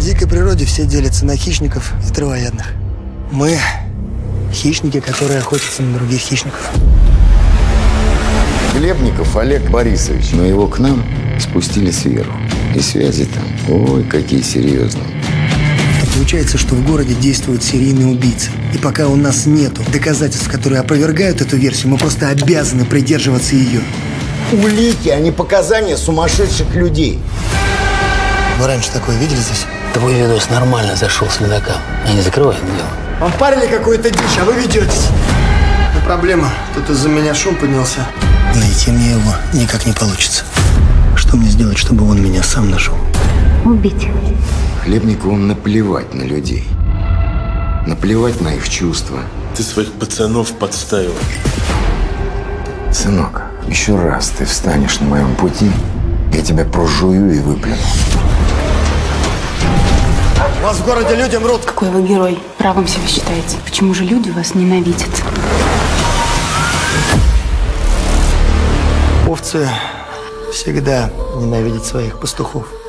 дикой природе все делятся на хищников и травоядных. Мы – хищники, которые охотятся на других хищников. Глебников Олег Борисович. Но его к нам спустили сверху. И связи там, ой, какие серьезные. Получается, что в городе действуют серийные убийцы. И пока у нас нету доказательств, которые опровергают эту версию, мы просто обязаны придерживаться ее. Улики, а не показания сумасшедших людей. Вы раньше такое видели здесь? Твой видос нормально зашел следакам. Я не закрываю это дело. Вам парили какую-то дичь, а вы ведетесь. Проблема. Тут из-за меня шум поднялся. Найти мне его никак не получится. Что мне сделать, чтобы он меня сам нашел? Убить. Хлебнику он наплевать на людей. Наплевать на их чувства. Ты своих пацанов подставил. Сынок, еще раз ты встанешь на моем пути, я тебя прожую и выплюну. У вас в городе люди мрут. Какой вы герой. Правым себя считаете. Почему же люди вас ненавидят? Овцы всегда ненавидят своих пастухов.